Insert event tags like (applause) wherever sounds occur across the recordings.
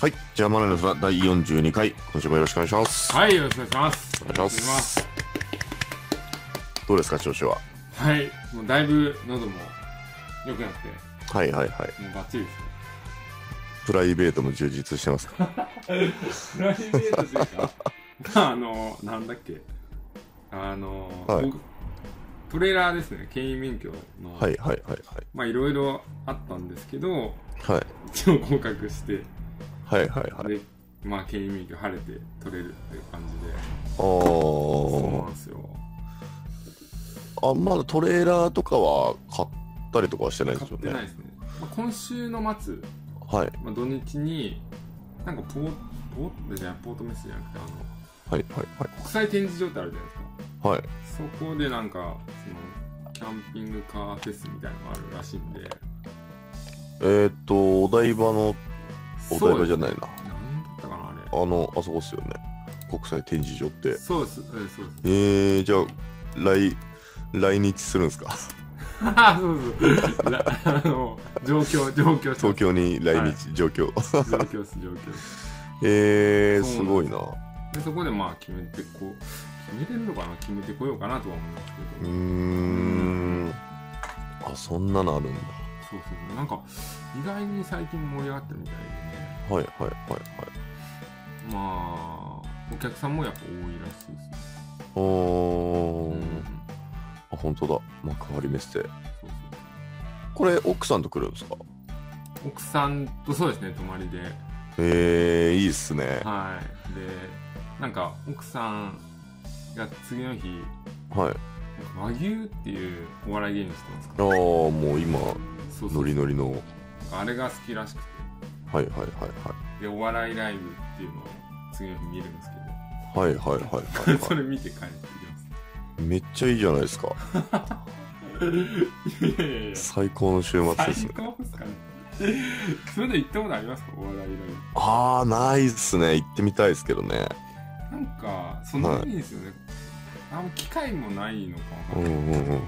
はい。じゃあ、マネルさん、第42回、今週もよろしくお願いします。はい、よろしくお願いします。お願いしますお願いしどうですか、調子は。ますはい、もうだいぶ喉も良くなって、はいはいはい。もうバッチリですね。プライベートも充実してます (laughs) かプライベートというか、 (laughs) まあ、あの、なんだっけ、あの、はい僕トレーラーですね、牽引免許の、はいはいはいまあいろいろあったんですけど、はい。一応合格して、はいはいはいはい。で、まあ牽引免許晴れて取れるっていう感じで、そうおなんですよ。ー。あ、まだトレーラーとかは買ったりとかはしてないです買っよてね。ないですね。まあ、今週の末、はいまあ、土日に、なんかポーポーじゃないポートメッセじゃなくて、あはの、いはいはい。国際展示場ってあるじゃないですか。はい。そこでなんか、その、キャンピングカーフェスみたいなのがあるらしいんで。えーっ、と、お台場の、お台場じゃない。ないな。何だったかな、ああの、あそこっすよね。国際展示場ってれ。。そうです、えーそうです。えー、じゃあ、来、来日するんですかあそうそう。 (laughs) らあの、状況、状況、東京に来日、状況。状況です、状況です。 (laughs) えー、そうすなんですごいな。で、そこでまあ、決めてこう、決めれるのかな、決めてこようかなとは思うんですうけーど。ん。あ、そんなのあるんだ。そうそう。なんか、意外に最近盛り上がってるみたいでね。はいはいはいはい。まあ、お客さんもやっぱ多いらしいですね。おー、うんあ、本当だ。幕張メッセ。そうそこれ、奥さんと来るんですかう。奥さんとそうですね、泊まりで。えー、いいっすね。はい。で、なんか、奥さんが次の日、はい。和牛っていうお笑い芸人してますかああ、もう今、ら。そうそノうリ。ノリの。あれが好きらしくて。はいはいはいで、お笑いライブっていうのを次の日見るんですはい。はいはいはいけはど、い、 (laughs) そはれ見て帰って (laughs) きい。めっちゃいいじゃないですか。ます。いやいやいや。最高の週末で最すね。高ですかね。それで行ったことありますかお笑いライブ。ああ、ないっすね。行ってみたいですけどね。なんか、そんなにいいですよね。あんま機会もないのかわうかんうんない。んうんうんうん。あん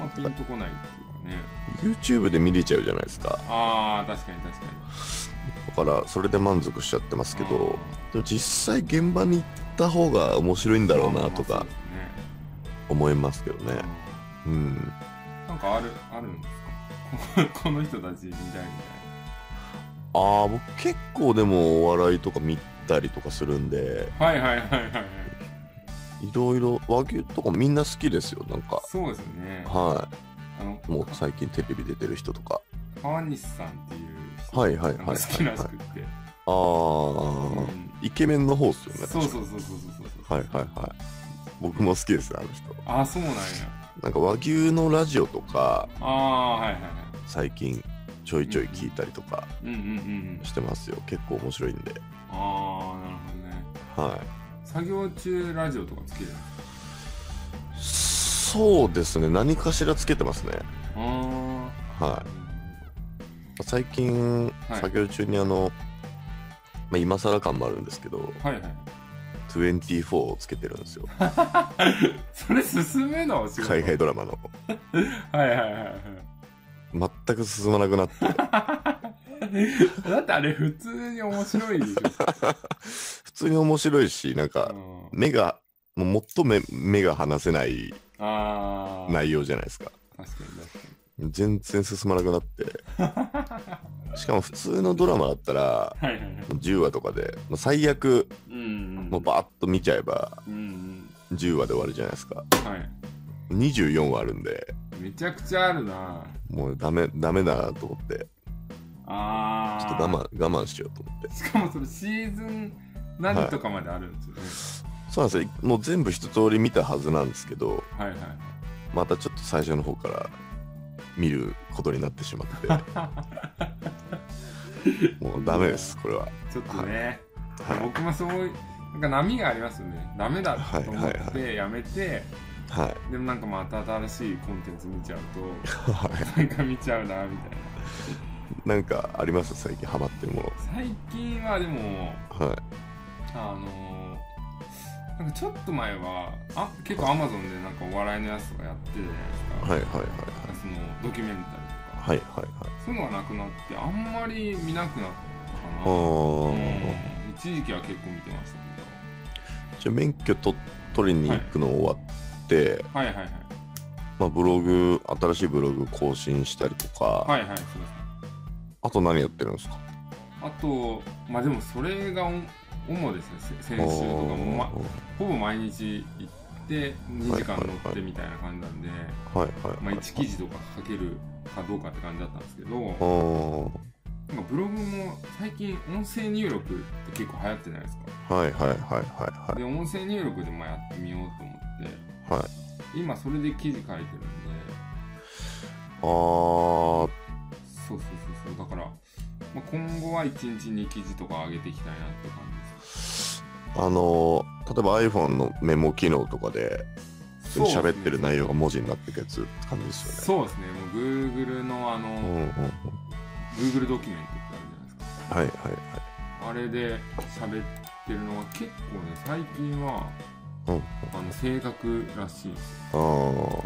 まピンとこないっていうかね。 YouTube で見れちゃうじゃないですか。ああ、確かに確かに。だから、それで満足しちゃってますけうんど、でも実際現場に行った方が面白いんだろうなとか思いますけどまあまあそうですねね。うん。なんかあるあるんですか (laughs) この人たちみたいみたいああ、僕結構でもお笑いとか見たりとかするんで、なはいはいはいはいはいいろいろ和牛とかみんな好きですよ。なんか、そうですよねはあのい。もう最近テレビ出てる人とか。川西さんっていう人はいはいはいはいなんか好きらしくっあて、うあ、んイケメンの方っすよね。そうそううそうそうそうそうはいはいはい。僕も好きですね、あの人。ああそうなんやなんか和牛のラジオとか、ああはいはいは最近ちょいちょい聞いたりとかいうんうんうんうんしてますよ。結構面白いんで。ああなるほどねは作業中ラジオとかつけるい。そうですね、何かしらつけてますね。あはあい。最近、はい作業中にあの、まあ、今更感もあるんですけど、はいはい24をつけてるんです (laughs) よ。それ進むのお仕事海外ドラマの。はいはいはいはい全く進まなくなって、 (laughs) だってあれ普通に面白いでし (laughs) 普通に面白いし、なんょ。か、うん目が、もう最も目目が離せないああ。内容じゃないですか。確かに確か全然進まなくなって。 (laughs) しかも普通のドラマだったら、に。はいはいはい。 10話とかで、もう最悪、うん。もうバーッと見ちゃえば、うんうん。 10話で終わるじゃないですか。はい。 24話あるんで、めちゃくちゃあるなもうダメ、ダメだなと思って、あちょあ。っと我慢、我慢しようと思って。しかもそれシーズン何とかまであるんですそうなんですよ。もう全部一通り見たはずなんですけど、よね。はいはい。またちょっと最初の方から見ることになってしま (laughs) って。もうダメです、これは。ちょっとね、はい。僕もそういう、なんか波がありますよね。ダメだと思はいっはいはてやめて、はいでもなんかまた新しいコンテンツ見ちゃうはとなんか見ちゃうなみたいなないんかあります最近ハマってるもの最近はでもはいあのーなんかちょっと前はあ結構アマゾンでなんかお笑いのやつとかやってるじゃないですか、はいはいはいなんかそのドキュメンタリーとか、はいはいはいはいそういうのがなくなってあんまり見なくなったあかな、うんー一時期は結構見てましたけじゃあ免許取取りに行くの終わって、どはいはいはいまあ、ブログ新しいブログ更新したりとか、はいはいそうですねあと何やってるんですかあとまあでもそれがお主ですねせ先週とかも、ま、ほぼ毎日行って2時間乗ってみたいな感じなんで、あーはいはいはいまあ、1記事とか書けるかどうかって感じだったんですけど、あーなんかブログも最近音声入力って結構流行ってないですかはいはいはいはいはいで音声入力でまあやってみようと思ってはい今それで記事書いてるんであーそうそうそうそうだから、まあ、今後は1日2記事とか上げていきたいなって感じですあのー例えば iPhone のメモ機能とかで普通に喋ってる内容が文字になっていくやつって感じですよね。そうですねもう Google のあの、うんうんうん、 Google ドキュメントってあるじゃないですかはいはいはい。あれで喋ってるのは結構ね最近は、うんあの正確らしいんですよ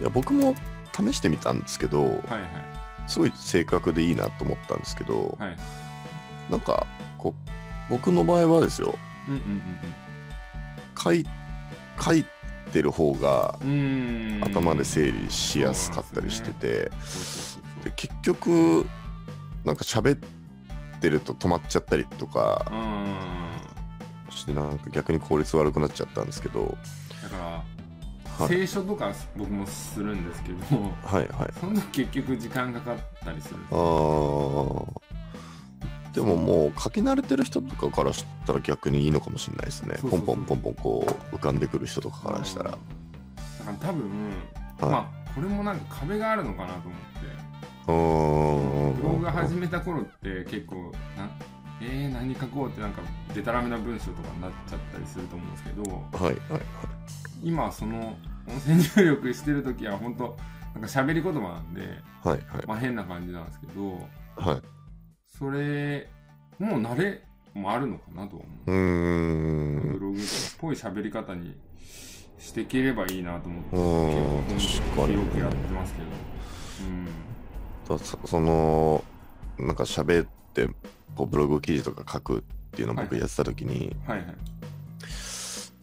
あーいや僕も試してみたんですけど、はいはいすごい正確でいいなと思ったんですけど、はいなんかこう僕の場合はですようんうん書い書いてる方がうんうんうーん頭で整理しやすかったりしてて、そうそうそうそうで結局なんか喋ってると止まっちゃったりとかうんしてなんか逆に効率悪くなっちゃったんですけど、だから、はい、聖書とか僕もするんですけどはいはいその時結局時間かかったりするんですあよーでももう書き慣れてる人とかからしたら逆にいいのかもしれないですねそうそポうンそポうンポンポンこう浮かんでくる人とかからしたら、だから多分、まあこれもなんか壁があるのかなと思っうーんてブログ始めた頃って結構なえー、何書こうってなんかデタラメな文章とかになっちゃったりすると思うんですけどはいはいはい今はその音声入力してる時は本当なんか喋り言葉なんで、はいまあ、変な感じなんですけどはいはいそれもう慣れもあるのかなとは思ううーブんログっぽい喋り方にしていければいいなと思って、うーん結確構かによくやってますけど、うん、だそそのなんか喋ってこうブログ記事とか書くっていうのを僕はいやってた時に、はいはい、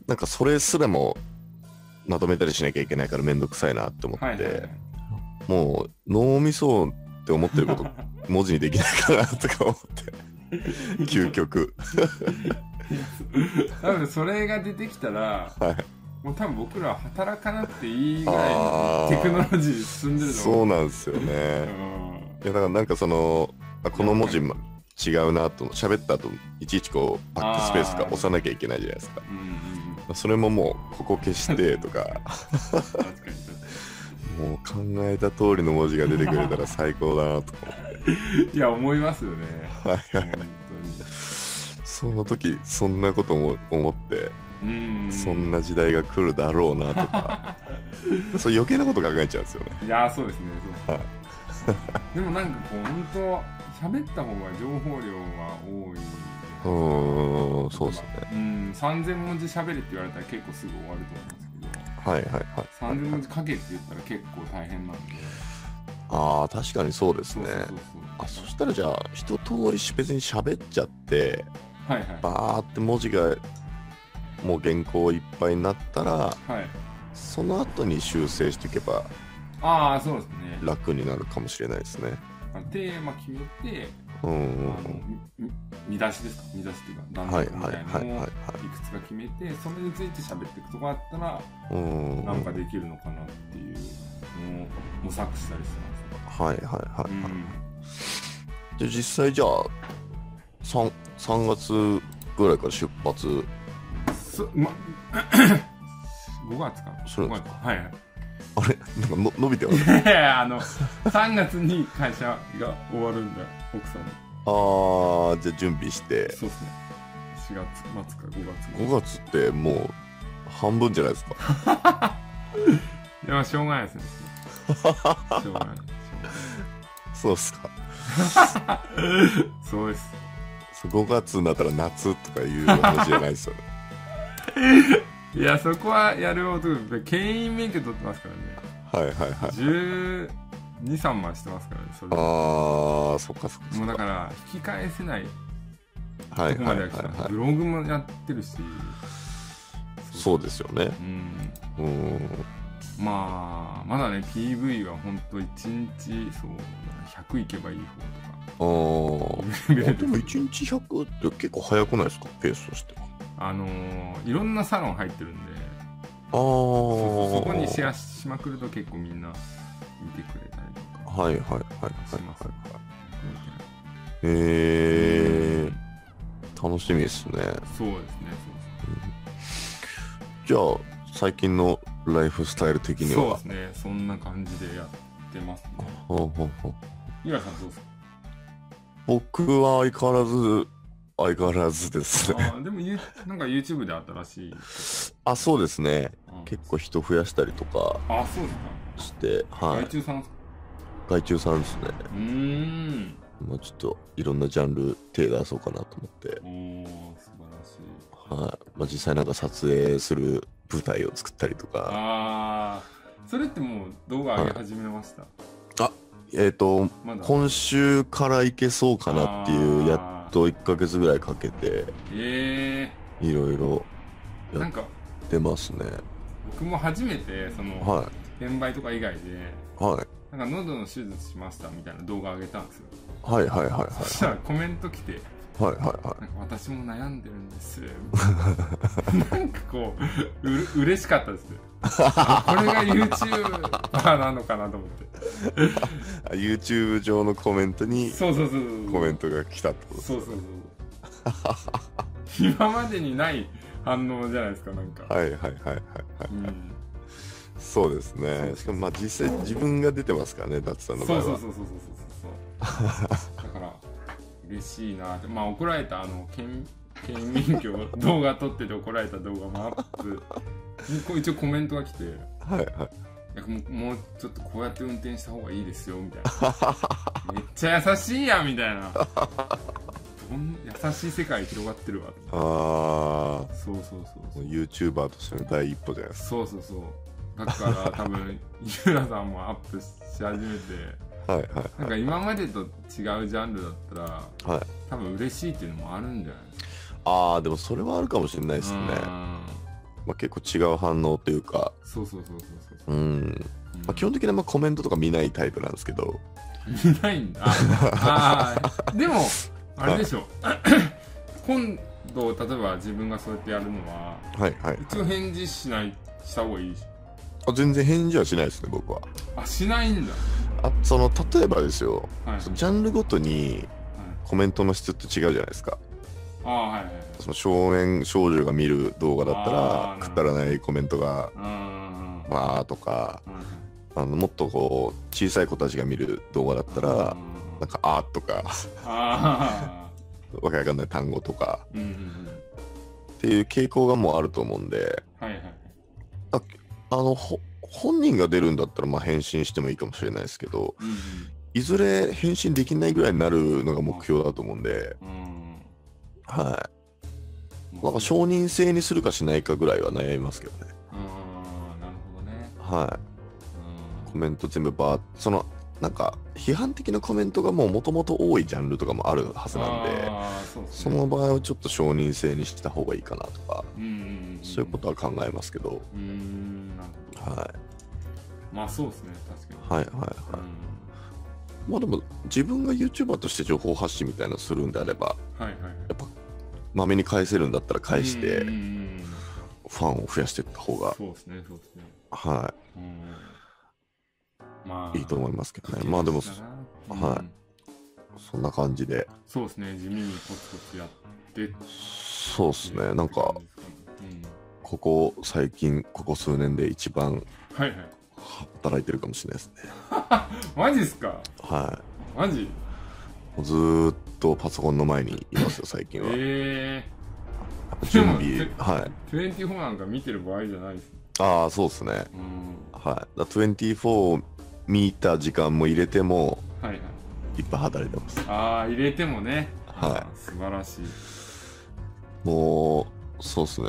なんかそれすらもまとめたりしなきゃいけないからめんどくさいなって思って、はいはいはい、もう脳みそって思ってる (laughs) こと文字にできないかなとか思って究極多分それが出てきたら、はいもう多分僕らは働かなくていいぐあらーいテクノロジー進んでるとそ思うう。なんですようねんいやだからなんかそのあこの文字ま違うなと喋った後いちいちこうバックスペースとか押さなきゃいけないじゃないですかうんうんうん、それももうここ消 (laughs) してとか確かに確かもう考えた通りの文字が出てくれたら最高だなとかにいや思いますよねはいは本いその時そんなことも思って当にうんそんな時代が来るだろうなと (laughs) かそう余計なこと考えちゃうんですよねいやーそうですねそうですねでもなんかこう本当喋った方が情報量はうん多いーんそうですねうん3000文字喋れって言われたら結構すぐ終わると思うんですはいはいはいけど3000文字書けって言ったら結構大変なんでああ確かにそうですそうねそうそうあそそうしたらじゃあ一通りし別に喋っちゃってはいはいバーって文字がもう原稿いっぱいになったらはいその後に修正していけばああそうですね楽になるかもしれないですねあのテーマ決めてうんうあんのみみ見出しですか見出しっていうかう段んはい落はいみたはいいはいなのをはいいくつか決めてそれについて喋っていくとこあったらうんなはいんかできるのかなっていうのを模索したりしてますね。はいはいはい、うんで実際じゃあ 3, 3月ぐらいから出発そ (coughs) ま、5月かなそう5なん月はいはいあれ (laughs) なんかの伸びて (laughs) ますいやいやあの3月に会社が終わるんだ奥さんのあーじゃあ準備してそうですね4月末か5月5月ってもう半分じゃない (laughs) ですか。いやまあしょうがないですねしょうがないしそうっすか。ょうがないそうですそう5月になったら夏とかいう話じゃないです (laughs) よね。いやそこはやる男牽引免許取ってますからねはいはいはい。 1 2 3万してますからねそれもああ、そっかそっかそっか。うだから引き返せないはといこはまいでははい来た、はブログもやってるしい。そうですよね。うんうん。まあまだね PV は本当一日そう100いけばいい方とかあーレベあルでも1日100って結構早くないですかペースとしては (laughs) あのーいろんなサロン入ってるんでああそうそうそそこにシェアしまくると結構みんな見てくれたりとかはいはいはいはいしますはねいへえ楽しみですねそうですねじゃあ最近のライフスタイル的そうですにそうではすねそんな感じでやってますねほうほうほうゆらさんどうですか僕は相変わらず相変わらずですねあーでもゆなんか YouTube で新しい、うんあそうですねあ結構人増やしたりとかそうですかしては外い注さんですか外注さんですねうーんまあちょっといろんなジャンル手出そうかなと思っておー素晴らしいはい、まあ、実際なんか撮影する舞台を作ったりとかああそれってもう動画上げ始めました、えっ、とまだ今週からいけそうかなっていうやっと1ヶ月ぐらいかけてえいろいろー、なんか出ますね僕も初めてその、は転売とか以外でいはいなんか喉の手術しましたみたいな動画上げたんですよ、はいはいはいはそしたらコメント来ていはいはいはなんか私も悩んでるんです (laughs) みたいななんかこうう嬉しかっ (laughs) たですあこれが YouTuber なのかなと思ってい YouTube 上のコメントにそうそうそうそうコメントが来たってことですそうそうそうそう今までにない反応じゃないですかなんか、はいはいはいはいはいうんそうですねしかもまあ実際自分が出てますからね達さんの場合そうはそうそうそうそうそうそうだから嬉しいなってまあ怒られたあの県県民票動画撮ってて怒られた動画もアップこう一応コメントが来ていはいはいやもうもうちょっとこうやって運転した方がいいですよみたいなめっちゃ優しいやんみたいなどん優しい世界広がってるわあそうそうそうあそう YouTuber としての第一歩じゃないですそうそうそうだから多分ゆうらさんもアップし始めてかはいはいなんか今までと違うジャンルだったらはい多分嬉しいっていうのもあるんじゃないああでもそれはあるかもしれないですね、うんまあ、結構違う反応というかそうそうそうそうそうそうう、ん、うんまあ、基本的にあんまコメントとか見ないタイプなんですけど見な (laughs) いんだああーでもあれでしょ今度例えば自分がそうやってやるのははいはい、一応返事しないした方がいいしあ全然返事はしないですね僕はあしないんだあその例えばですよはい、はいジャンルごとにコメントの質って違うじゃないですかああはいはいはいその少年少女が見る動画だったあらーくだらないコメントがあ「まあ」とかああのもっとこう小さい子たちが見る動画だったら「なんかあ」とかああわけわかんない単語とかうんうんうんっていう傾向がもうあると思うんではいはいあのほ本人が出るんだったらまあ返信してもいいかもしれないですけどうんいずれ返信できないぐらいになるのが目標だと思うんで、うんはい、うなんか承認制にするかしないかぐらいは悩みますけどね、あーなるほどねはうんい、コメント全部バーそのなんか批判的なコメントがもうもともと多いジャンルとかもあるはずなんであーそうですねその場合はちょっと承認制にした方がいいかなとかうんうんんんそういうことは考えますけど、うーんなるほどはまあそうですね確かにい、はいはいはういんまあでも自分が YouTuber として情報発信みたいなのするんであればはいはいはいまめに返せるんだったら返しうんうてんうんファンを増やしていった方が、そうですねそうですねはうんまあい、いいと思いますけどねまあでもそはいそんな感じでそうですね地味にコツコツやってそうですねなんかうんここ最近ここ数年で一番はいはい働いてるかもしれないですねマジっすかはマ (laughs) ジいもうずーっとパソコンの前にいますよ最近は、ええ準 (laughs) 備でもはい24なんか見てる場合じゃないですああそうですねうんはいだ24を見た時間も入れてもはいはいいっぱい働いてますああ入れてもねはいあー素晴らしいもうそうですね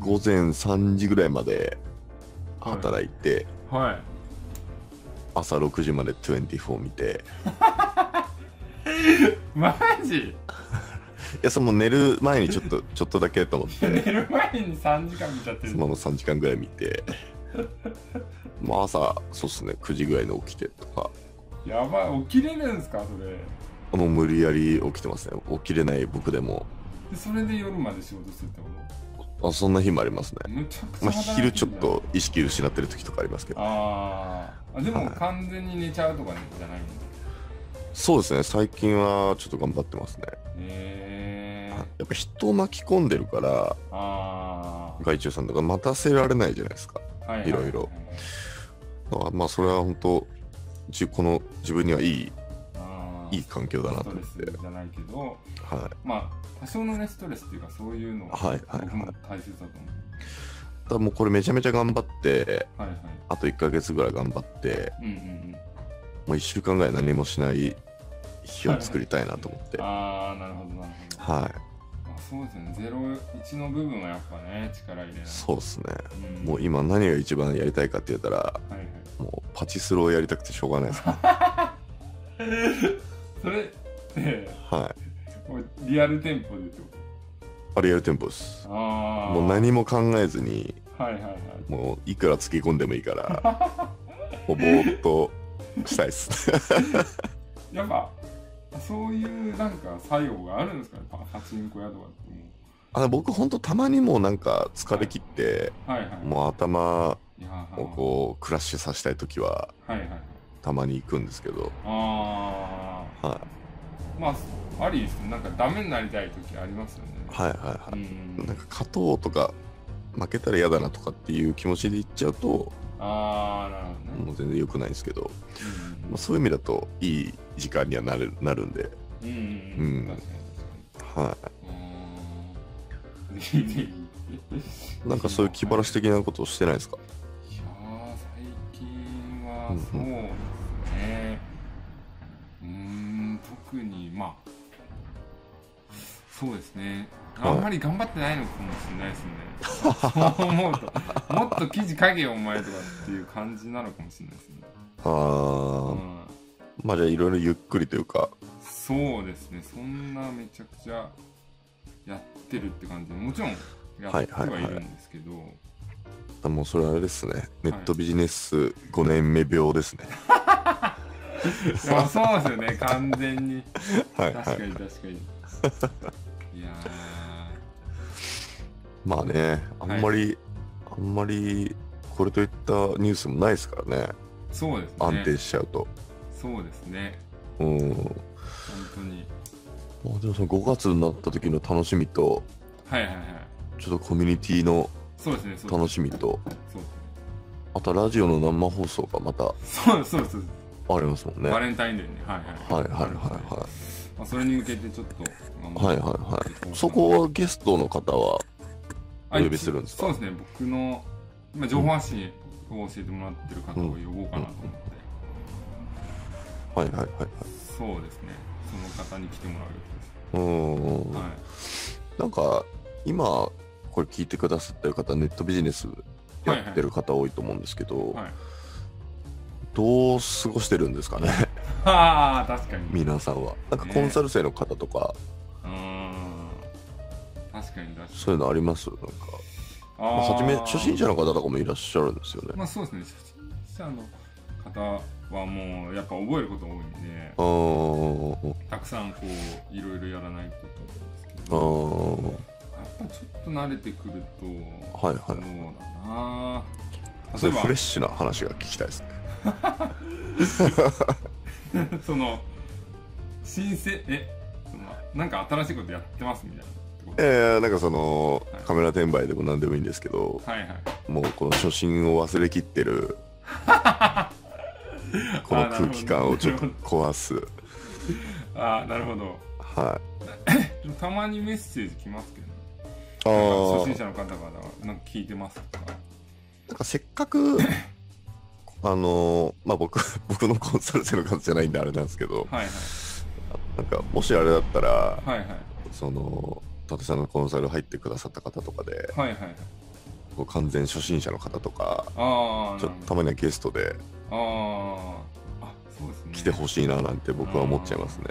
午前3時ぐらいまで働いて、はい朝6時まで24見てマジいやその寝る前にちょっと (laughs) ちょっとだけと思っ寝 (laughs) てる前に3時間見ちゃってるそのまま3時間ぐらい見てまあ朝そうっすね9時ぐらいに起きてとかやばい起きれるんですかそれもう無理やり起きてますね起きれない僕でもでそれで夜まで仕事するってこあそんな日もありますねとむちゃくちまゃあ働いてんじゃん昼ちょっと意識失ってる時とかありますけどあーあでも完全に寝ちゃうとかじゃないんだそうですね最近はちょっと頑張ってますねへえやっぱ人を巻き込んでるからあ外注さんとか待たせられないじゃないですかあはいいろいろだからまあそれは本当じこの自分にはいいあーいい環境だなスとト思レってスじゃないけどはいまあ多少のねストレスっていうかそういうのはいはいはい僕も大切だと思うただもうこれめちゃめちゃ頑張ってはいはいあと1ヶ月ぐらい頑張ってうんうんうんもう1週間ぐらい何もしない日を作りたいなと思ってはああなるほどなるほどまあ、そうですね01の部分はやっぱね力入れないいそうですねうんもう今何が一番やりたいかって言ったらはいはいもうパチスロをやりたくてしょうがないですねそれってはいもうリアル店舗でってことあれやるテンポですああもう何も考えずにはいはいはいもういくらつぎ込んでもいいから (laughs) もうぼーっとしたいっすやっぱそういうなんか作用があるんですかねパパチンコ屋とかっても (laughs) あ僕ほんとたまにもうなんか疲れ切ってうはいはいもう頭いやーをこうクラッシュさせたい時ははいはいはいたまに行くんですけど、あはあまあありですねなんかダメになりたい時ありますよねい、はいはいはうい、んなんか勝とうとか負けたら嫌だなとかっていう気持ちでいっちゃうとああなるほどねもう全然良くないんですけど、まあ、そういう意味だといい時間にはなるなるんで、うんうんうん、うん、うん確かに確かにはうーんぜひぜい、ひなんかそういう気晴らし的なことをしてないですかいやー最近はそうですねうーん特にまあそうですねはいあんまり頑張ってないのかもしれないですね、そう思うともっと記事書けよお前とかっていう感じなのかもしれないですね、あー、うん、まあじゃあいろいろゆっくりというかそうですねそんなめちゃくちゃやってるって感じでもちろんやはいってはいははいいるんですけど、もうそれあれですねネットビジネス5年目病です (laughs) ねいやそうですよ (laughs) ね完全にはいは確かいに確かにいやまあねあんまり、あんまりこれといったニュースもないですからねーそうですね安定しちゃうと、そうですねうん本当にまあでもその5月になった時の楽しみとはいはいはいちょっとコミュニティのそうですねそうで楽すしみとそうあとラジオの生放送がまたそうそうですそうですありますもんねバはいレンタインデーねはいははいいはいい、はまあ、それに向けてちょっと頑い張はいはいってはいはいそこはゲストの方はお呼びするんですかあ一応そうですね僕の今情報発信を教えてもらってる方を呼ぼうかなと思って、はいはいはいはいそうですねその方に来てもらう予うーん、定です、はいなんか今これ聞いてくださってる方ネットビジネスやってる方多いと思うんですけど、はいはいどう過ごしてるんですかね (laughs) はあ確かに皆さんはなんかコンサル生の方とか、うーん確かに確かにそういうのありますなんかあまあー初め初心者の方とかもいらっしゃるんですよね。まあそうですね初心者の方はもうやっぱ覚えること多いんであーたくさんこういろいろやらないとと思うんですけあーどやっぱちょっと慣れてくるとはいはそうだい。なそ例えれフレッシュな話が聞きたいですね。ば (laughs) その新鮮えそのなんか新しいことやってますみたいなってことえー、なんかそのはいカメラ転売でも何でもいいんですけど、はいはいもうこの初心を忘れきって (laughs) るこの空気感をちょっと壊す。ああなるほどはでもたまにメッセージ来ますけどねあなんかあ初心者の方々はなんか聞いてますとかなんかせっか (coughs) くあのまあ僕 (laughs) 僕のコンサル生の数じゃないんであれなんですけどはいなんかもしあれだったらはいはいはいその伊達さんのコンサル入ってくださった方とかではいはいはいこう完全初心者の方とかああちょっとたまにはゲストであああそうですね来てほしいななんて僕は思っちゃいますね。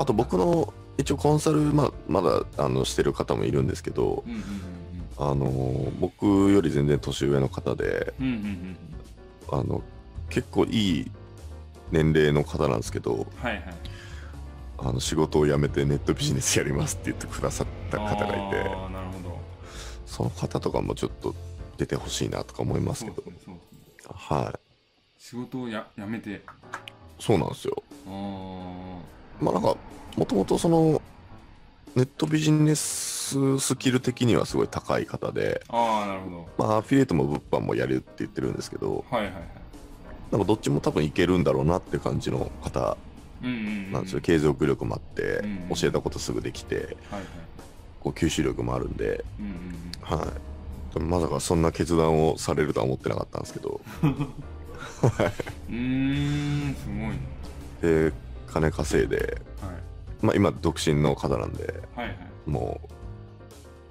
あと僕の一応コンサル、まあ、まだあのしてる方もいるんですけど、うんうんあの僕より全然年上の方でうんうんうんうんうんあの結構いい年齢の方なんですけどはいはいあの仕事を辞めてネットビジネスやりますって言ってくださった方がいてああなるほどその方とかもちょっと出てほしいなとか思いますそうけどですねそうですねはい仕事をややめてあそうなんですよあはまあなんかもともとそのネットビジネススキル的にはすごい高い方で、ああなるほどまあ、アフィリエイトも物販もやるって言ってるんですけどはいはいはいなんかどっちも多分いけるんだろうなって感じの方うんうん、うん、なんですよ、継続力もあってうん教えたことすぐできてはいはいこう吸収力もあるんで、うんうんうんはい、でもまさかそんな決断をされるとは思ってなかったんですけどうーんすごいなで金稼いで、はいまあ、今独身の方なんではいはいも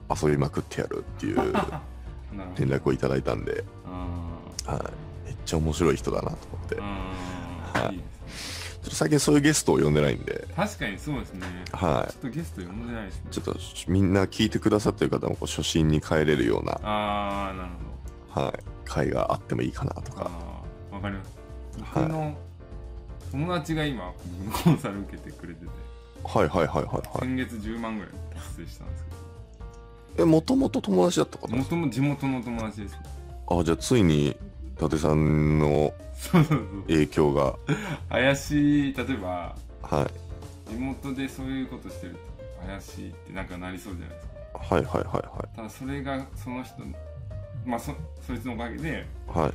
う遊びまくってやるっていうなるほど連絡をいただいたんで、あはい、めっちゃ面白い人だなと思ってーちょあーいいですねっと最近そういうゲストを呼んでないんで、確かにそうですねはちょっとゲスト呼んでないですねい、ちょっとみんな聞いてくださってる方もこう初心に帰れるような、ああなるほはい、会があってもいいかなとどかああわかりますはい僕の友達が今僕のコンサル受けてくれててはいはいはいはいはい先月10万ぐらい達成したんですけえもともと友達だったかどなもとも地元の友達ですあじゃあついに伊達さんのそうそうそう影響が怪しい例えばはい地元でそういうことしてると怪しいってなんかなりそうじゃないですかはいはいはただそれがその人まあそそいつのおかげでいはいはい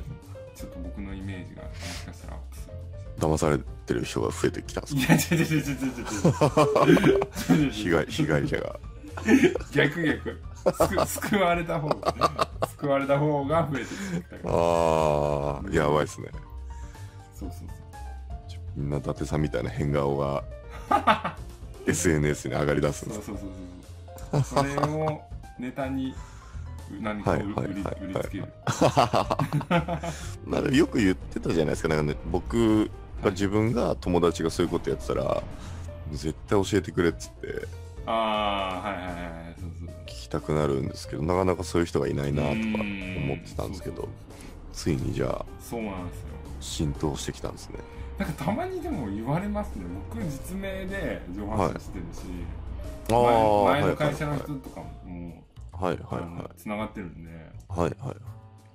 ちょっと僕のイメージがもしかしたらアップする騙されてる人が増えてきたんですいか (laughs) や違う違う違う (laughs) 違う違う違う違う違う被害被害者 (laughs) が逆逆救救われた方が救われた方が増えてきたかあらあやばいですねそうそうそうみんな伊達さんみたいな変顔 (laughs) が SNS に上がりだすんでそうすそうそうそうそうそれをネタに何かを売り,、はいはいはいはい売りつけるまあでもよく言ってたじゃないですかなんか、ね、僕が自分が友達がそういうことやってたら絶対教えてくれっつってああはいはいはいそうそう聞きたくなるんですけどなかなかそういう人がいないなとか思思ってたんですけどついにじゃあそうなんですよ浸透してきたんですねなんかたまにでも言われますね僕実名で上半身してるし、あ前あ前の会社のはい人とかもはいつな、はいはい繋がってるんではいはい。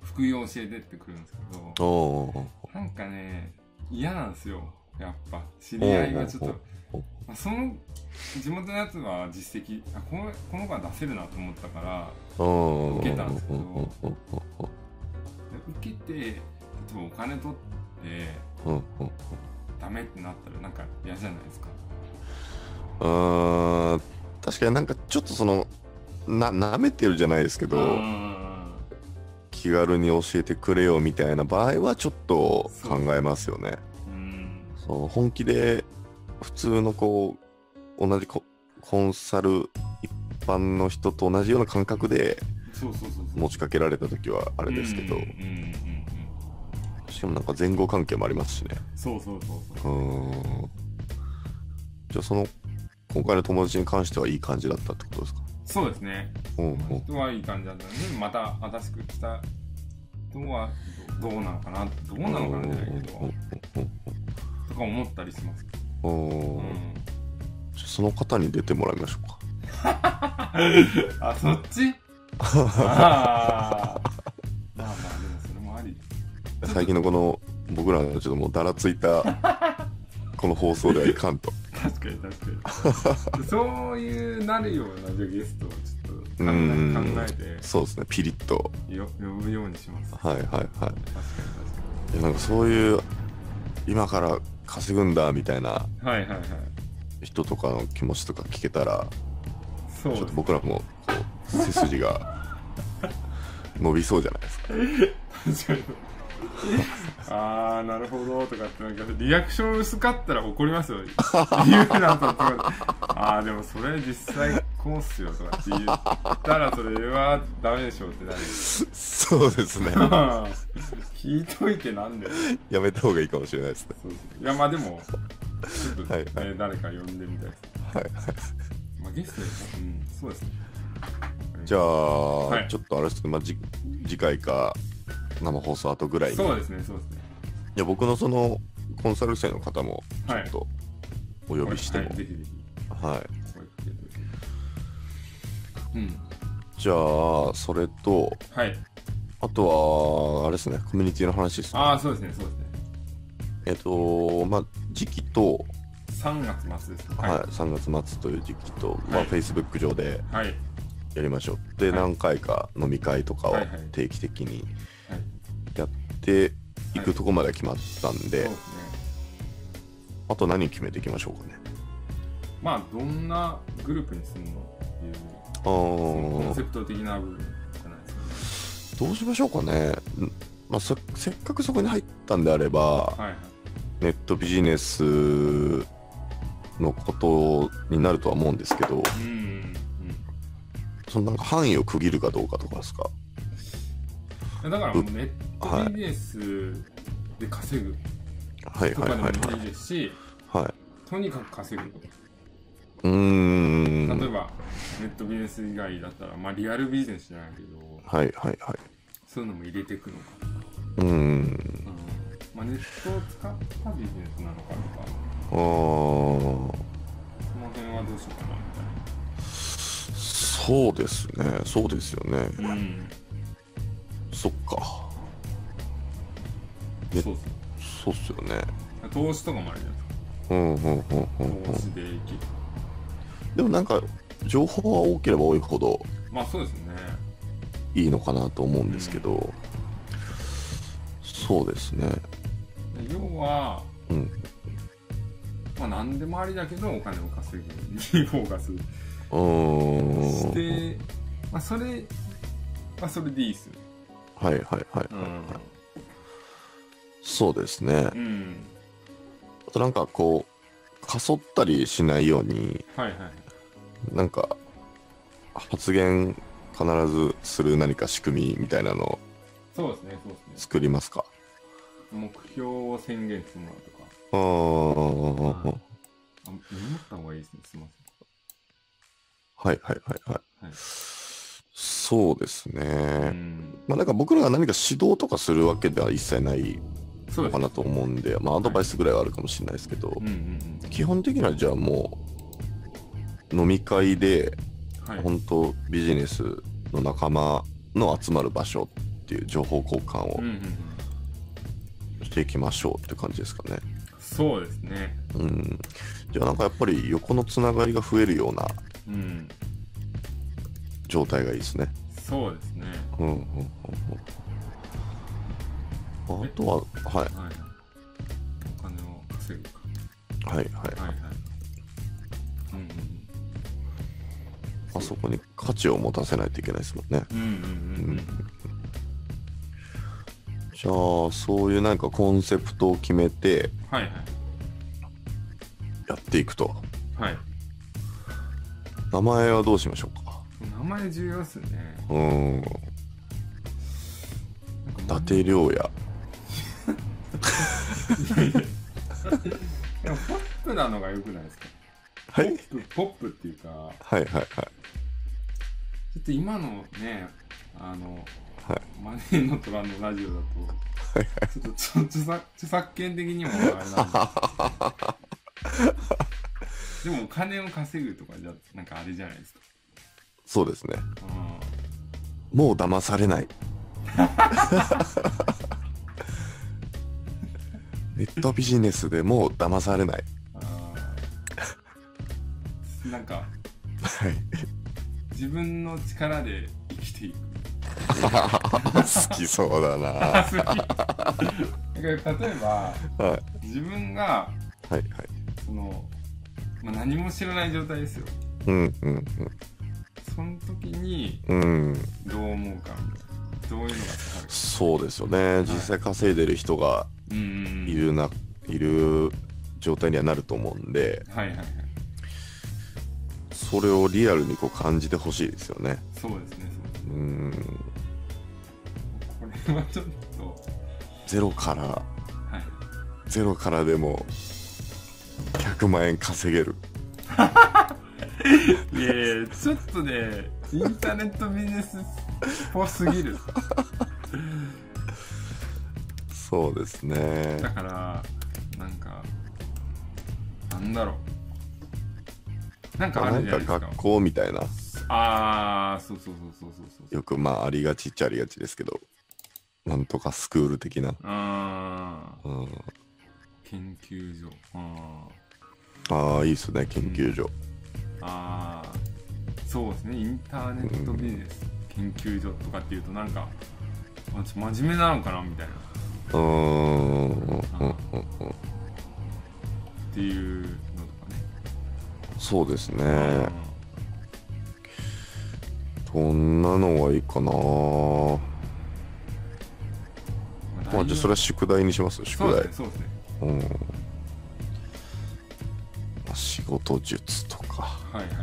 副業教えてってくるんですけどおーなんかね嫌なんですよやっぱ知り合いがちょっおうとおうおうまあその地元のやつは実績あこのこの子は出せるなと思ったからおー受けたんですけどうんうん受けて例えばお金取ってうんうんうんダメってなったらなんか嫌じゃないですかうんうーん確かになんかちょっとそのな舐めてるじゃないですけうどん気軽に教えてくれよみたいな場合はちょっと考えますよね。うんそう本気で普通のこう同じココンサル一般の人と同じような感覚でそうそうそうそう持ちかけられた時はああれですけど、うんうんうんうんしかもなんか前後関係もありますしねそうそうそううそうーんじゃあその今回の友達に関してはいい感じだったってことですかそうですねうんこの人はいい感じだったのでまた新しく来た人はどどうなのかなどうなのかなじゃないけどとか思ったりしますけど、うんうんううんうんん、じゃあその方に出てもらいましょうかあそっちああまあまあでもそれもあり最近のこの僕らのちょっともうだらついたこの放送ではいかんと確かに確 (laughs) かにそういうなるようなじゃあゲストをちょっとう考んえ考えそうですねピリッとてよ呼ぶようにします確かはいはいはいに確いやなんかそういう今から稼ぐんだみたいなかにはいはいはい人とかの気持ちとか聞けたらそうちょっでとす僕らもこう背筋が伸びそうじゃないですか確かに (laughs) ああなるほどとかってなんかリアクション薄かったら怒りますよ言うなとかああでもそれ実際こうっすよとかって言ったらそれはダメでしょうってなる (laughs) そうですね聞いといてなんでそうやめた方がいいかもしれないですねそういやまあでもちょっと、はいねは誰か呼んでみたいです、はいまあ、ゲストでうんそうですねじゃあ、はいちょっとあれですけど、まあ、じ次回か生放送後ぐらいにいそうですねそうですねや僕のそのコンサル生の方もちょはいっとお呼びしてもはい、ぜひぜひはい、声かけてくださいうんじゃあそれとはいあとはあれですねコミュニティの話ですねああそうですねそうですねえっ、とまあ時期と、 3月末ですねはい3月末という時期と、まはあい Facebook 上でいはいやりましょうで、はい何回か飲み会とかをはいはい定期的にはいやっていくとこまで決まったんそで、うですねあと何決めていきましょうかねまあどんなグループにするのっていうあコンーセプト的な部分じゃないですかねどうしましょうかね、んまあ、せせっかくそこに入ったんであればはいはいネットビジネスのことになるとは思うんですけどうんうんそのなんか範囲を区切るかどうかとかですかうんだからもうネットビジネスで稼ぐはいとはいかはでいもはいいいですし、はいとにかく稼ぐことうーん例えば、ネットビジネス以外だったら、まあ、リアルビジネスじゃないけどはいはいはいそういうのも入れていくのか、うーんうんまあ、ネットを使ったビジネスなのかとかあーその辺はどうしようかなみたいなそうですねそうですよねうん、そっかそでうそうそうっすよね投資とかもあるじゃないでうんうんうんうんうすか投ん資で生きるでもなんか情報が多ければ多いほどまあそうですねいいのかなと思うんですけど、そうですねで要は、うんまあ何でもありだけどお金を稼ぐにフォーカスうーんして、まあ、それまあそれでいいっすよねはいはいはいはい、うそうですねん、うん、あとなんかこうかそったりしないようにはいはいなんか発言必ずする何か仕組みみたいなのをそうですねそうですね作りますか目標を宣言してもらうとかうーんはいあメモった方がいいですねすいまはいはいはいはい、はいそうですね、せん、うん、まあなんか僕らが何か指導とかするわけでは一切ないそうのですかねなと思うんで、まあ、アドバイスぐらいはあるかもしれないですけど、うんうん基本的にはじゃあもう飲み会でうんはい本当ビジネスの仲間の集まる場所っていう情報交換をうんうんうんしていきましょうって感じですかね。そうですねうん、じゃあなんかやっぱり横のつながりが増えるようなうん状態がいいですね。そうですね。うんうんうんうん、あとは、はいはい。お金を稼ぐか。はいはい、はいはい。うんあそこに価値を持たせないといけないですもんね。うんうん。うんうんうんじゃあそういうなんかコンセプトを決めてはいはい。やっていくとはい。名前はどうしましょうか名前重要っすね。うーん伊なんか達亮也でもポップなのが良くないですかはいポップ、ポップっていうか、はいはいはいちょっと今のね、あの、はいマネーの虎のラジオだと、ちょっとちょ著作著作権的にも (laughs) あれなんで。でもお金を稼ぐとかじゃ、なんかあれじゃないですか。そうですねうんもう騙されない (laughs) ネットビジネスでもう騙されないあーなんかはい自分の力で生きていく (laughs) 好きそうだなはだから例えばいはい自分がはいそのまあ、何も知らない状態ですようんうんその時にうんうんどう思うかみたいなどういうのがあるかそうですよね実際稼いでる人がうんうんいうんるな、いる状態にはなると思うんではいはいはいそれをリアルにこう感じてほしいですよねそうですねそうですねうんこれはちょっとゼロからはい (laughs) ゼロからでも100万円稼げるいやいやちょっとねインターネットビジネスっぽすぎるそうですねだからなんかなんだろうなんかあなるんじゃなかいですか学校みたいなああそうそうそうそうそうそうよくまあありがちっちゃありがちですけどなんとかスクール的な、ああうん、研究所あーああいいっすね研究所、あーそうですねインターネットビジネス研究所とかっていうとなんかあちょ真面目なのかなみたいなっうーんうんうんうんていうのとかねそうですね、うんどんなのがいいかなまあじゃあそれは宿題にします宿そう題ですねそうですねうんまあ仕事術とかはいはいはい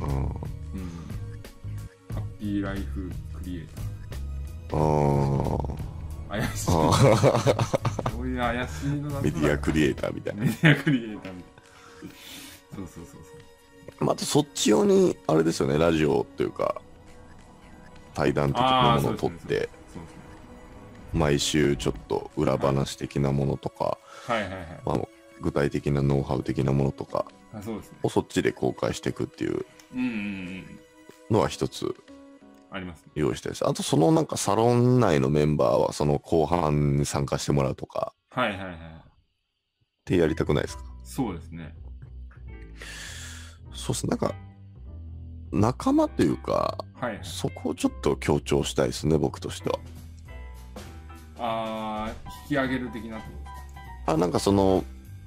うんうんハッピーライフクリエイタあー (laughs) ー怪しいあーそういう怪しいのだメディアクリエイターみたいなメディアクリエイターみたいなそうそうそうそまたそっち用にあれですよねラジオというか対談的なものを撮っあーそうでてすうそうですね毎週ちょっと裏話的なものとか、はいはいはいまあ、具体的なノウハウ的なものとかあそうですねをそっちで公開していくっていううんうんうんのは一つありますね用意したいですあとそのなんかサロン内のメンバーはその後半に参加してもらうとかはいはいはいってやりたくないですかそうですねそうっすなんか仲間というかはいはいそこをちょっと強調したいですね僕としてはああ引き上げる的なことあなんかその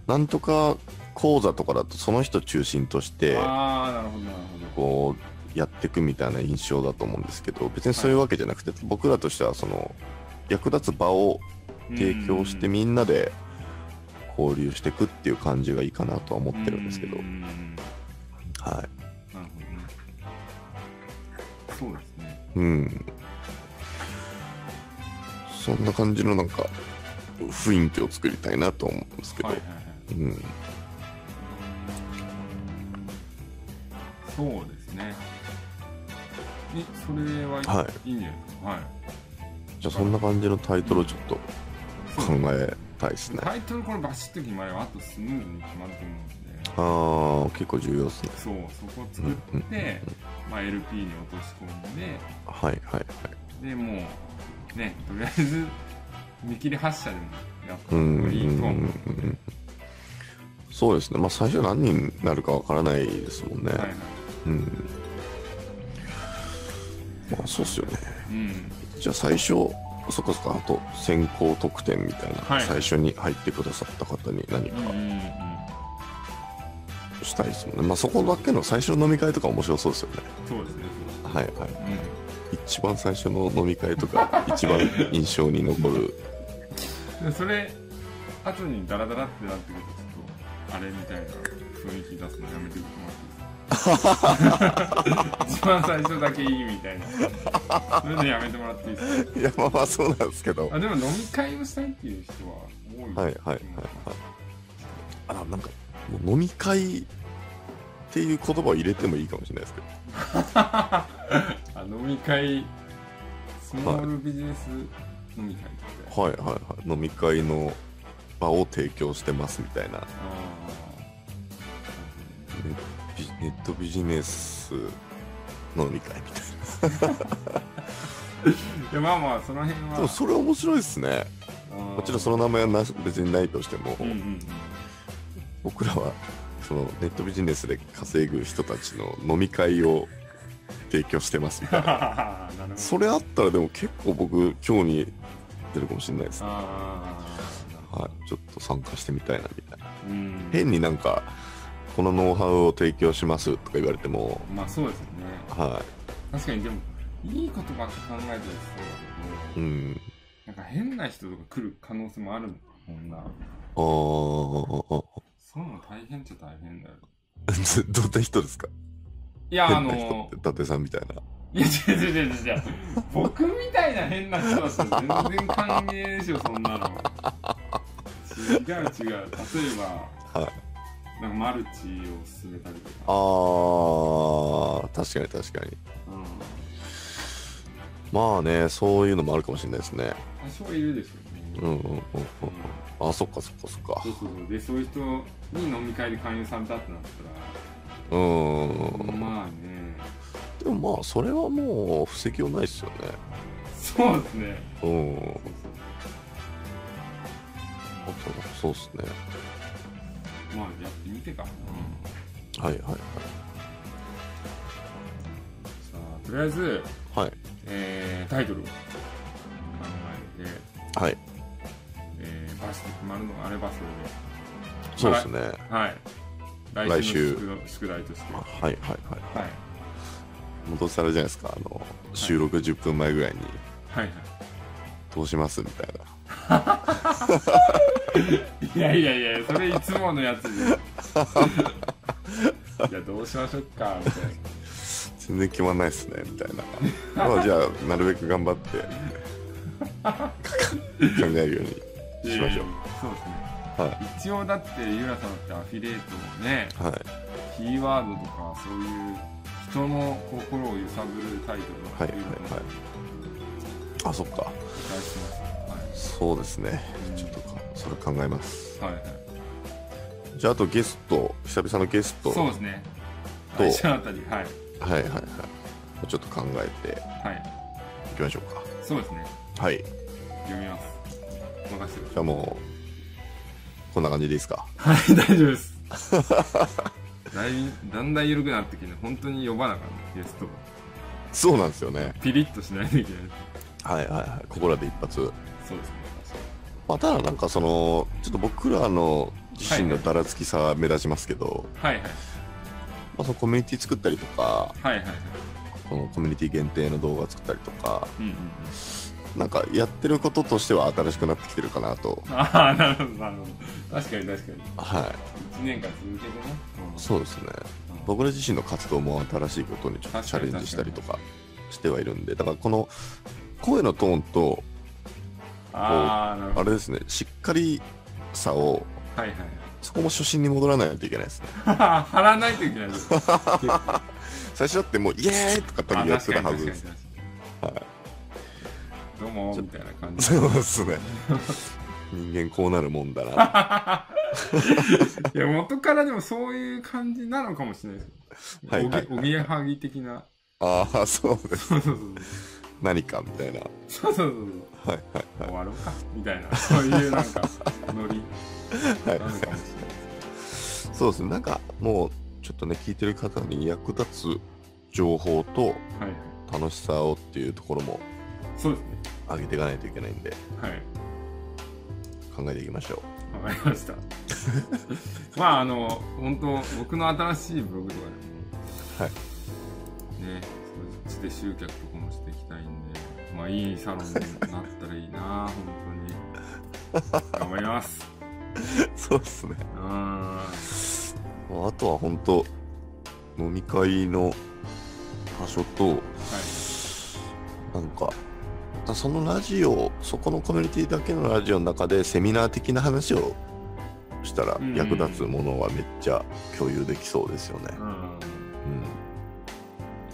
なんとか講座とかだとその人中心としてああなるほどなるほこどうやっていくみたいな印象だと思うんですけど別にそういうわけじゃなくて、僕らとしてはその役立つ場を提供してみんなで交流していくっていう感じがいいかなとは思ってるんですけど、うううんはなるほどねそうですねい、うんそんな感じのなんか雰囲気を作りたいなと思うんですけど、はいはいはいうん、そうですね。え、それはいい,、、はいいんじゃないですか。はい。じゃあそんな感じのタイトルをちょっと考そうえたいですね。タイトルこれバシッと決まれば、あとスムーズに決まると思うああ、んで、結構重要ですね。そう、そこを作って、まあ、LP に落とし込んで、はいはいはい。で、もう、ね、とりあえず、見切り発車でもやったう方んがいいとはうん思う。うんうんそうですね。まあ最初何人になるかわからないですもんね。はいはい。うん。まあそうっすよね。うん。じゃあ最初、そこそこあと先行特典みたいな、はい最初に入ってくださった方に何うんうんかうん。したいですもんね。まあそこだけの最初の飲み会とか面白そうですよね。そうですね。はいはい。そうですね一番最初の飲み会と (laughs) か、一番印象に残る。うん。でそれ、後にダラダラってなってくると、ちょっと、あれみたいな雰囲気出すのやめてもらっていいですか (laughs) 一番最初だけいいみたいなそれでやめてもらっていいですかいやまあまあそうなんですけどあでも飲み会をしたいっていう人は多いはいはいはいはい。あ、なんか、もう飲み会っていう言葉を入れてもいいかもしれないですけど。あ飲み会スモールビジネス飲み会って、はいはいはい。飲み会の場を提供してますみたいな。あネビネットビジネス飲み会みたいあでまあまあその辺な。はでもそれ面白いですね。ももちろんその名前はな別にないとしても、うんうんうん僕らはそのネットビジネスで稼ぐ人たちの飲み会を提供してますみたいな。なるほどそれあったらでも結構僕興味出るかもしれないですね。 (laughs) ああはい、ちょっと参加してみたいなみたいな。うん変になんかこのノウハウを提供しますとか言われても、まあそうですよねは確かにでもいいことばっか考えてるい。うん。人なんか変な人とか来る可能性もあるもんなあー、そういうの大変っちゃ大変だよ (laughs) どんな人ですかいやあ変な人のって、伊達さんみたいな。いや違う違う違う違う僕みたいな変な人だったら全然関係ねえでしょそんなの違う違う例えば、はなんかマルチを進めたりとかあー、確かに確かに。うんまあね、そういうのもあるかもしれないですね。多少はいるでしょううね、んうんうんうんうん。あ、そっかそっかそっかそう。そうそうでそういう人に飲み会で勧誘されたってなっうたらん。まあねでもまあ、それはもう、布石はないですよね。そうですねうん。そうですね。まあやってみてか、はいはいさあとりあえず、はい。えータイトルを考えて、はい。はい。えーバシッと決まるのがあればそれでそうですね。はい。来来週週の宿の宿題として。ははいはいはい。い。もうどうせあれじゃないですか、あの、収録10分前ぐらいに、はい、どうしますみたいい。やいやいや、それいつものやつじゃん。いや、どうしましょうか、みたいな。な。全然決まんないっすね、みたいな。まあじゃあ、なるべく頑張って、 (laughs) 考えるように。しましょういやいやいやそうですね。は一応だって、ゆらさんだってアフィリエイトをね、い。はい。キーワードとか、そういう人の心を揺さぶるタはいイトはいルをはい。あ、そっか。期待してます。そうですね。はい。ちょっとか、それ考えます。はいはい。じゃあ、あとゲスト、久々のゲスト、そうですね。どう来週あたり、はい。はいはいはい。ちょっと考えてはい。いきましょうか。そうですね。はい。じ読みます。任せてくださゃいあもう、こんな感じでいいですか。はい、大丈夫 (laughs) です。だいぶだんだん緩くなってきて、本当に呼ばなあかった、ゲストが。そうなんですよね。ピリッとしないといけなはい。いはいはい。ここらで一発。そうですね。まあ、ただなんかその、ちょっと僕らの自身のだらつきさは目立ちますけど、はいはい。まあ、そのコミュニティ作ったりとか、はいはいはい。そのコミュニティ限定の動画作ったりとか、うんうんうん。なんかやってることとしては新しくなってきてるかなと。ああ、なるほど、なるほど。確かに確かに。はい。 1年間続けてね。そうですね。うん僕ら自身の活動も新しいことにちょっと確チかャにレンジしたりとかしてはいるんで、だからこの声のトーンと、ああ、なるあほど。れですね、しっかりさを、はいはい。そこも初心に戻らないといけないですね。貼らないと (laughs) いけないです。あ最初だってもうイエーイとか多分やって確かたにはず確でかにす確。かに。どうも、みたいな感じ。そうですね。人間こうなるもんだ (laughs) な。いや、元からでもそういう感じなのかもしれないですけど。はいはいはいおぎおぎやはぎ的な。ああ、そうです。そうそうそうそう。何かみたいな。はそうそうそういはいそう。終わろうかみたいな、そういうなんか、ノリはいなのかもしそうですね。なんかもうちょっとね、聞いてる方に役立つ情報とれない。はい。楽しさをっていうところもそうですね。上げていかないといけないんで、はい。考えていきましょわかりました。まあ、あの、本当僕の新しいブログとかでも、。はいね、そっちで集客とかもしていきたいんで、まあ、いいサロンになったらいいな、本当に。頑張ります。う。 (laughs) そうですねう。ーん。もうあとは本当飲み会の場所と、なんか、そのラジオ、そこのコミュニティだけのラジオの中でセミナー的な話をしたらうん役立つものはめっちゃ共有できそうですよね。うん。うん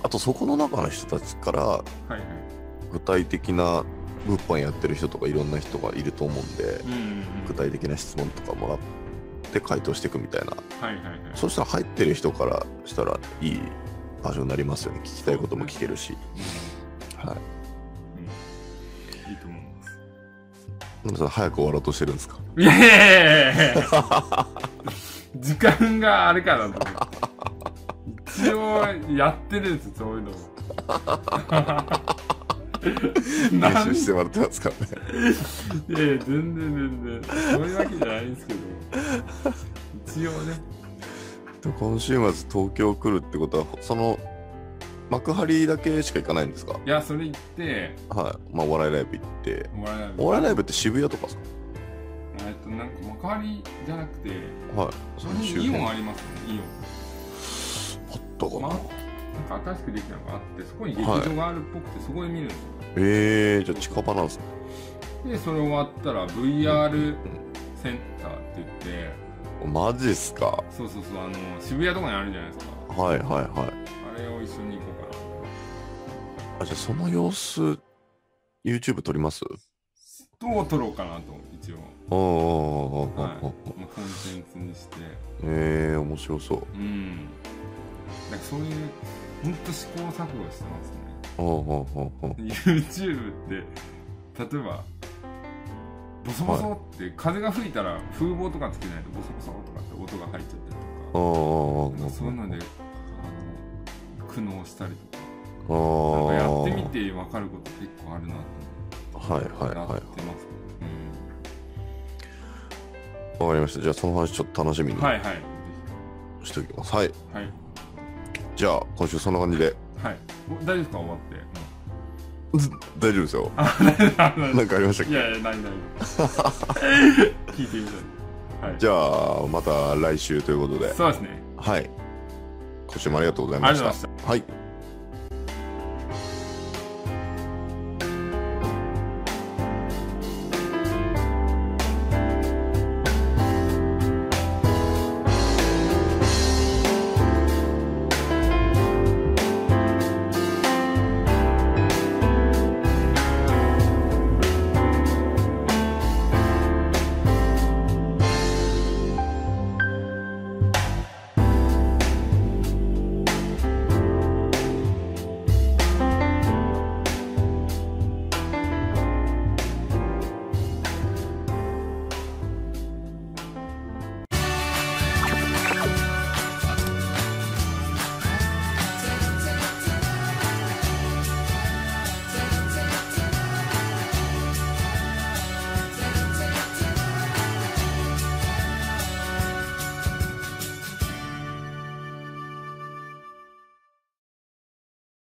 あとそこの中の人たちからはいはい。具体的な物販やってる人とかいろんな人がいると思うんでう、んうん具体的な質問とかもらって回答していくみたいな。うん。はいはいはい。そうしたら入ってる人からしたらいい場所になりますよね。聞きたいことも聞けるし。はい。うんいいと思います。なんでそれ早く終わろうとしてるんですかいやいやいやいや時間があれかなと思って一応やってるんですよそういうのも練なん習してもらってますから (laughs) ね。いやいや全然全然そういうわけじゃないんですけど一応ねで今週末東京来るってことはその幕張だけしか行かないんですかいやそれ行ってはいまあお笑いライブ行ってお笑いライブお笑いライブって渋谷とかですえっとなんか幕張じゃなくてかはいその周イオ辺ンあありますねイオンったかな、まあ、なんか新しくできたのがあってそこに劇場があるっぽくて、そこで見るんですよえー、じゃあ近場なんですねでそれ終わったら VR センターって言ってマジっすかそうそうそうあの渋谷とかにあるじゃないですかはいはいはいあれを一緒に行こうかなあじゃあその様子 YouTube 撮りますどう撮ろうかなと一応、ああ、はいはまあ、コンテンツにしい、てえー、面白そううんなんかそういうほんと試行錯誤してますねああ、はあ、は YouTube って例えばボソボソって風が吹いたら風防とかつけないとボソボソとかって音が入っちゃったりあ、とああ、かはなんかそういうのであの苦悩したりとかなんかやってみて分かること結構あるなはいはいとは思ってますねい。わかりました。じゃあその話ちょっと楽しみうんにはいはいぜしておきます。はい。ひはいじゃあ今週そんな感じで。はいお大丈夫ですか終わってず大丈夫ですよ。もうなんかありましたっいけやいやないない聞いてみたいはいじゃあまた来週ということで。そうですねはい。今週もありがとうございあまりがとうございしましたた。はい。